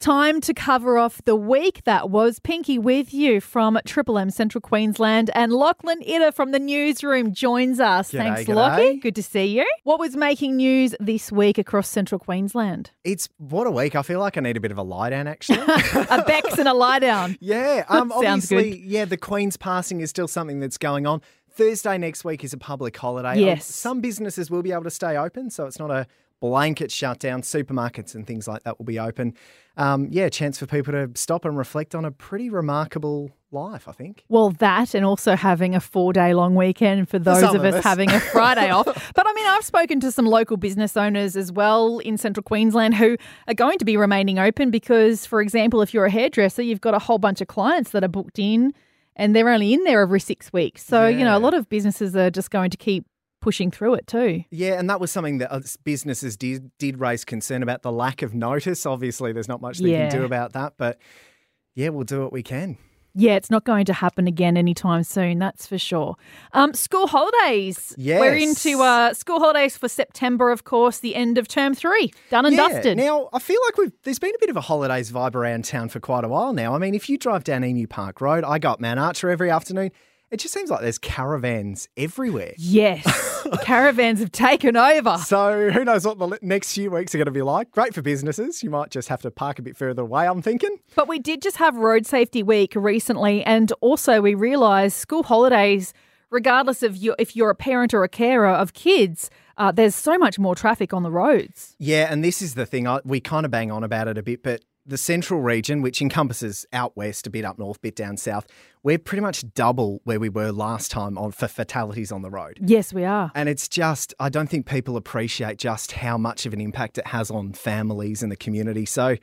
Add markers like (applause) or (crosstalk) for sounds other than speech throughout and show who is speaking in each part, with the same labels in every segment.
Speaker 1: Time to cover off the week that was Pinky with you from Triple M Central Queensland and Lachlan Itter from the newsroom joins us.
Speaker 2: G'day,
Speaker 1: Thanks,
Speaker 2: g'day.
Speaker 1: Lockie. Good to see you. What was making news this week across Central Queensland?
Speaker 2: It's what a week. I feel like I need a bit of a lie
Speaker 1: (laughs)
Speaker 2: down, actually.
Speaker 1: A Bex and a lie down. (laughs)
Speaker 2: yeah. Um,
Speaker 1: Sounds
Speaker 2: obviously, yeah, the Queen's passing is still something that's going on. Thursday next week is a public holiday. Um,
Speaker 1: Yes.
Speaker 2: some businesses will be able to stay open, so it's not a blanket shutdown. Supermarkets and things like that will be open. Um, yeah, chance for people to stop and reflect on a pretty remarkable life, I think.
Speaker 1: Well, that and also having a four day long weekend for those
Speaker 2: some
Speaker 1: of
Speaker 2: of
Speaker 1: us
Speaker 2: us.
Speaker 1: having (laughs) a Friday off. But I mean, I've spoken to some local business owners as well in central Queensland who are going to be remaining open because, for example, if you're a hairdresser, you've got a whole bunch of clients that are booked in and they're only in there every six weeks. So, you know, a
Speaker 2: Yeah.
Speaker 1: lot of businesses are just going to keep pushing through it too.
Speaker 2: Yeah, and that was something that us businesses did, did raise concern about the lack of notice. Obviously, there's not much they
Speaker 1: Yeah.
Speaker 2: can do about that, but yeah, we'll do what we can.
Speaker 1: Yeah, it's not going to happen again anytime soon, that's for sure. Um, school holidays. We're
Speaker 2: Yes.
Speaker 1: into uh, school holidays for September, of course, the end of term three. Done and
Speaker 2: Yeah.
Speaker 1: dusted.
Speaker 2: Now, I feel like we've there's been a bit of a holidays vibe around town for quite a while now. I mean, if you drive down Emu Park Road, I go up Mount Archer every afternoon. It just seems like there's caravans everywhere.
Speaker 1: yes,
Speaker 2: (laughs)
Speaker 1: caravans have taken over.
Speaker 2: So who knows what the li- next few weeks are going to be like? Great for businesses. You might just have to park a bit further away. I'm thinking.
Speaker 1: But we did just have Road Safety Week recently, and also we realised school holidays, regardless of you, if you're a parent or a carer of kids, uh, there's so much more traffic on the roads.
Speaker 2: Yeah, and this is the thing. I, we kind of bang on about it a bit, but the central region, which encompasses out west, a bit up north, a bit down south, we're pretty much double where we were last time on for fatalities on the road.
Speaker 1: Yes, we are.
Speaker 2: And it's just, I don't think people appreciate just how much of an impact it has on families and the community. So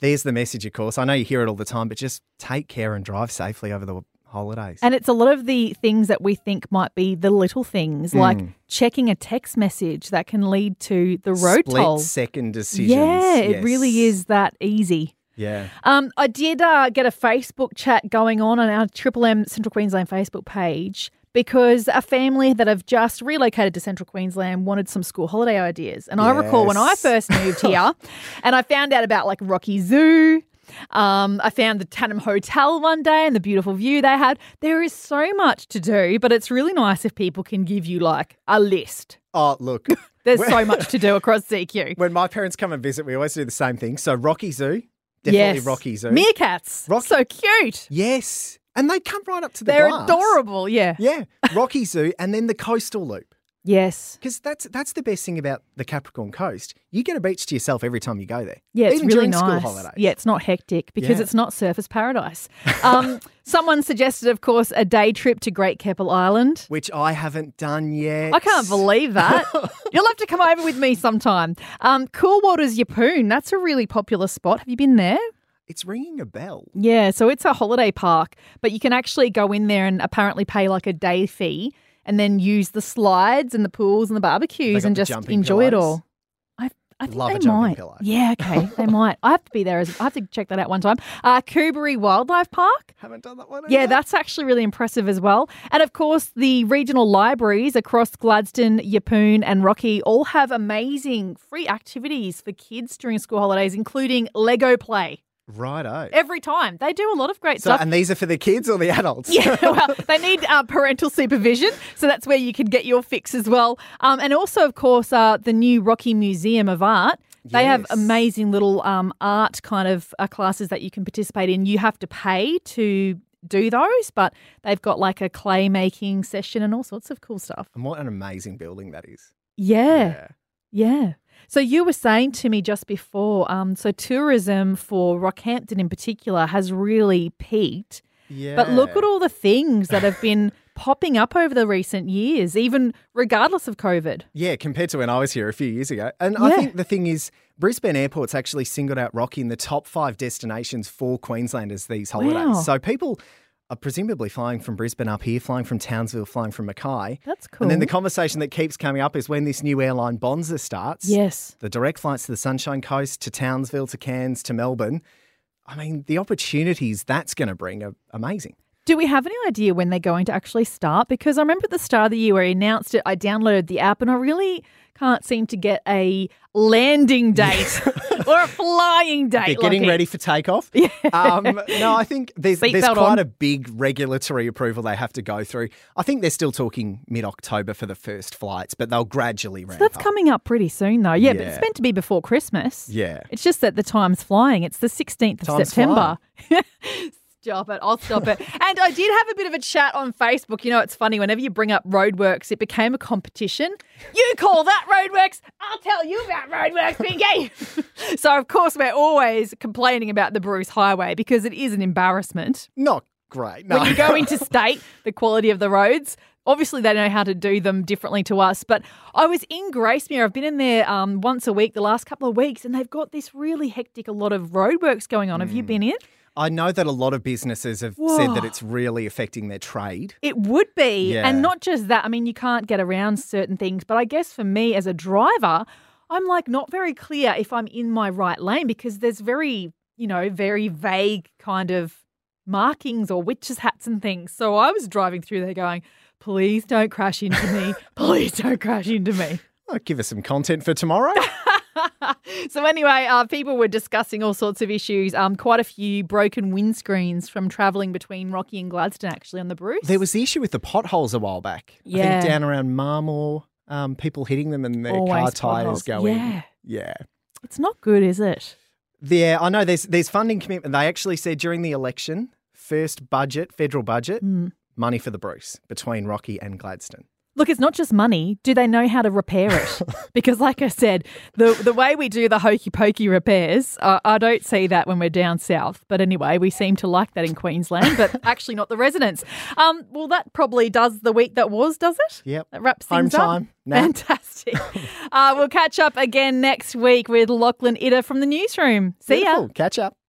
Speaker 2: there's the message, of course. I know you hear it all the time, but just take care and drive safely over the holidays.
Speaker 1: And it's a lot of the things that we think might be the little things, like
Speaker 2: Hmm.
Speaker 1: checking a text message that can lead to the road
Speaker 2: Split
Speaker 1: toll.
Speaker 2: second decisions.
Speaker 1: Yeah, it really
Speaker 2: Yes.
Speaker 1: is that easy.
Speaker 2: Yeah.
Speaker 1: Um, I did uh, get a Facebook chat going on on our Triple M Central Queensland Facebook page because a family that have just relocated to Central Queensland wanted some school holiday ideas. And I recall when I
Speaker 2: Yes.
Speaker 1: first
Speaker 2: (laughs)
Speaker 1: moved here and I found out about like Rocky Zoo. Um, I found the Tanham Hotel one day and the beautiful view they had. There is so much to do, but it's really nice if people can give you like a list.
Speaker 2: Oh, look. (laughs)
Speaker 1: There's
Speaker 2: Well-
Speaker 1: so much to do across CQ.
Speaker 2: When my parents come and visit, we always do the same thing. So Rocky Zoo, definitely
Speaker 1: yes.
Speaker 2: Rocky Zoo.
Speaker 1: Meerkats.
Speaker 2: Rocky-
Speaker 1: So cute.
Speaker 2: yes. And they come right up to the
Speaker 1: They're
Speaker 2: glass.
Speaker 1: adorable. Yeah.
Speaker 2: Yeah. Rocky Zoo and then the coastal loop.
Speaker 1: Yes.
Speaker 2: Because that's that's the best thing about the Capricorn Coast. You get a beach to yourself every time you go there.
Speaker 1: Yeah, it's
Speaker 2: Even
Speaker 1: really
Speaker 2: during
Speaker 1: nice.
Speaker 2: school holidays.
Speaker 1: Yeah, it's not hectic because
Speaker 2: Yeah.
Speaker 1: it's not surface paradise.
Speaker 2: (laughs)
Speaker 1: Um, someone suggested, of course, a day trip to Great Keppel Island.
Speaker 2: Which I haven't done yet.
Speaker 1: I can't believe
Speaker 2: (laughs)
Speaker 1: that. You'll have to come over with me sometime. Um, cool Waters Yapoon, that's a really popular spot. Have you been there?
Speaker 2: It's ringing a bell.
Speaker 1: Yeah, so it's a holiday park, but you can actually go in there and apparently pay like a day fee and then use the slides and the pools and the
Speaker 2: They
Speaker 1: barbecues
Speaker 2: got
Speaker 1: and
Speaker 2: the
Speaker 1: just
Speaker 2: jumping
Speaker 1: enjoy it
Speaker 2: pillows.
Speaker 1: all. I, I think
Speaker 2: Love
Speaker 1: they
Speaker 2: a jumping
Speaker 1: might.
Speaker 2: pillow.
Speaker 1: Yeah,
Speaker 2: (laughs)
Speaker 1: okay, they might. I have to be there. As, I have to check that out one time. Uh, Cooberry Wildlife Park.
Speaker 2: Haven't done that one.
Speaker 1: Yeah,
Speaker 2: either.
Speaker 1: that's actually really impressive as well. And of course, the regional libraries across Gladstone, Yapoon, and Rocky all have amazing free activities for kids during school holidays, including Lego play
Speaker 2: righto.
Speaker 1: every time. They do a lot of great
Speaker 2: So,
Speaker 1: stuff.
Speaker 2: and these are for the kids or the adults?
Speaker 1: yeah, (laughs) well, they need uh, parental supervision, so that's where you can get your fix as well. Um, and also, of course, uh, the new Rocky Museum of Art. They have
Speaker 2: Yes.
Speaker 1: amazing little um, art kind of uh, classes that you can participate in. You have to pay to do those, but they've got like a clay making session and all sorts of cool stuff.
Speaker 2: (laughs) And what an amazing building that is.
Speaker 1: Yeah, yeah. So you were saying to me just before, um, so tourism for Rockhampton in particular has really peaked.
Speaker 2: Yeah.
Speaker 1: But look at all the things that have
Speaker 2: (laughs)
Speaker 1: been popping up over the recent years, even regardless of COVID.
Speaker 2: Yeah, compared to when I was here a few years ago. And
Speaker 1: Yeah.
Speaker 2: I think the thing is, Brisbane Airport's actually singled out Rocky in the top five destinations for Queenslanders these holidays.
Speaker 1: Wow.
Speaker 2: So people are presumably flying from Brisbane up here, flying from Townsville, flying from Mackay.
Speaker 1: That's
Speaker 2: And then the
Speaker 1: cool.
Speaker 2: conversation that keeps coming up is when this new airline Bonza starts.
Speaker 1: Yes.
Speaker 2: The direct flights to the Sunshine Coast, to Townsville, to Cairns, to Melbourne. I mean, the opportunities that's going to bring are amazing.
Speaker 1: Do we have any idea when they're going to actually start? Because I remember at the start of the year where I announced it, I downloaded the app and I really can't seem to get a landing date (laughs) or a flying date.
Speaker 2: They're getting
Speaker 1: Lachie.
Speaker 2: ready
Speaker 1: (laughs)
Speaker 2: for takeoff. Um, no, I think there's,
Speaker 1: Seatbelt
Speaker 2: there's quite
Speaker 1: on.
Speaker 2: a big regulatory approval they have to go through. I think they're still talking mid October for the first flights, but they'll gradually ramp
Speaker 1: That's
Speaker 2: up.
Speaker 1: coming up pretty soon, though. Yeah, but it's
Speaker 2: Yeah.
Speaker 1: meant to be before Christmas.
Speaker 2: yeah.
Speaker 1: It's just that the time's flying. It's the 16th of
Speaker 2: Time's
Speaker 1: September. (laughs) stop it. I'll stop it. And I did have a bit of a chat on Facebook. You know, it's funny. Whenever you bring up roadworks, it became a competition. You call that roadworks. I'll tell you about roadworks, Pinky. (laughs) so, of course, we're always complaining about the Bruce Highway because it is an embarrassment.
Speaker 2: Not great. No.
Speaker 1: When you go into state, the quality of the roads, obviously they know how to do them differently to us. But I was in Gracemere. I've been in there um, once a week the last couple of weeks, and they've got this really hectic, a lot of roadworks going on. Have you been in?
Speaker 2: (laughs) I know that a lot of businesses have said that
Speaker 1: Whoa.
Speaker 2: it's really affecting their trade.
Speaker 1: It would be.
Speaker 2: Yeah.
Speaker 1: And not just that. I mean, you can't get around certain things. But I guess for me as a driver, I'm like not very clear if I'm in my right lane because there's very, you know, very vague kind of markings or witches' hats and things. So I was driving through there going, please don't crash into
Speaker 2: (laughs)
Speaker 1: me. please don't crash into me. (laughs)
Speaker 2: Oh, give us some content for tomorrow.
Speaker 1: so anyway, uh, people were discussing all sorts of issues. Um, quite a few broken windscreens from travelling between Rocky and Gladstone, actually, on the Bruce.
Speaker 2: there was the issue with the potholes a while back. I
Speaker 1: Yeah.
Speaker 2: think down around Marmore, um, people hitting them and their car
Speaker 1: Always
Speaker 2: tyres
Speaker 1: potholes.
Speaker 2: going.
Speaker 1: Yeah.
Speaker 2: yeah.
Speaker 1: It's not good, is it?
Speaker 2: Yeah, I know there's there's funding commitment. They actually said during the election, first budget, federal budget, money for the Bruce between Rocky and Gladstone.
Speaker 1: Look, it's not just money. Do they know how to repair
Speaker 2: (laughs)
Speaker 1: it? because, like I said, the the way we do the hokey pokey repairs, uh, I don't see that when we're down south. But anyway, we seem to like that in Queensland,
Speaker 2: (laughs)
Speaker 1: but actually not the residents. Um, well, that probably does the week that was, does it?
Speaker 2: Yep.
Speaker 1: That wraps
Speaker 2: Home
Speaker 1: things
Speaker 2: time.
Speaker 1: up.
Speaker 2: Nap. (laughs)
Speaker 1: Fantastic. uh, we'll catch up again next week with Lachlan Itter from the newsroom. See ya.
Speaker 2: Beautiful. Catch up.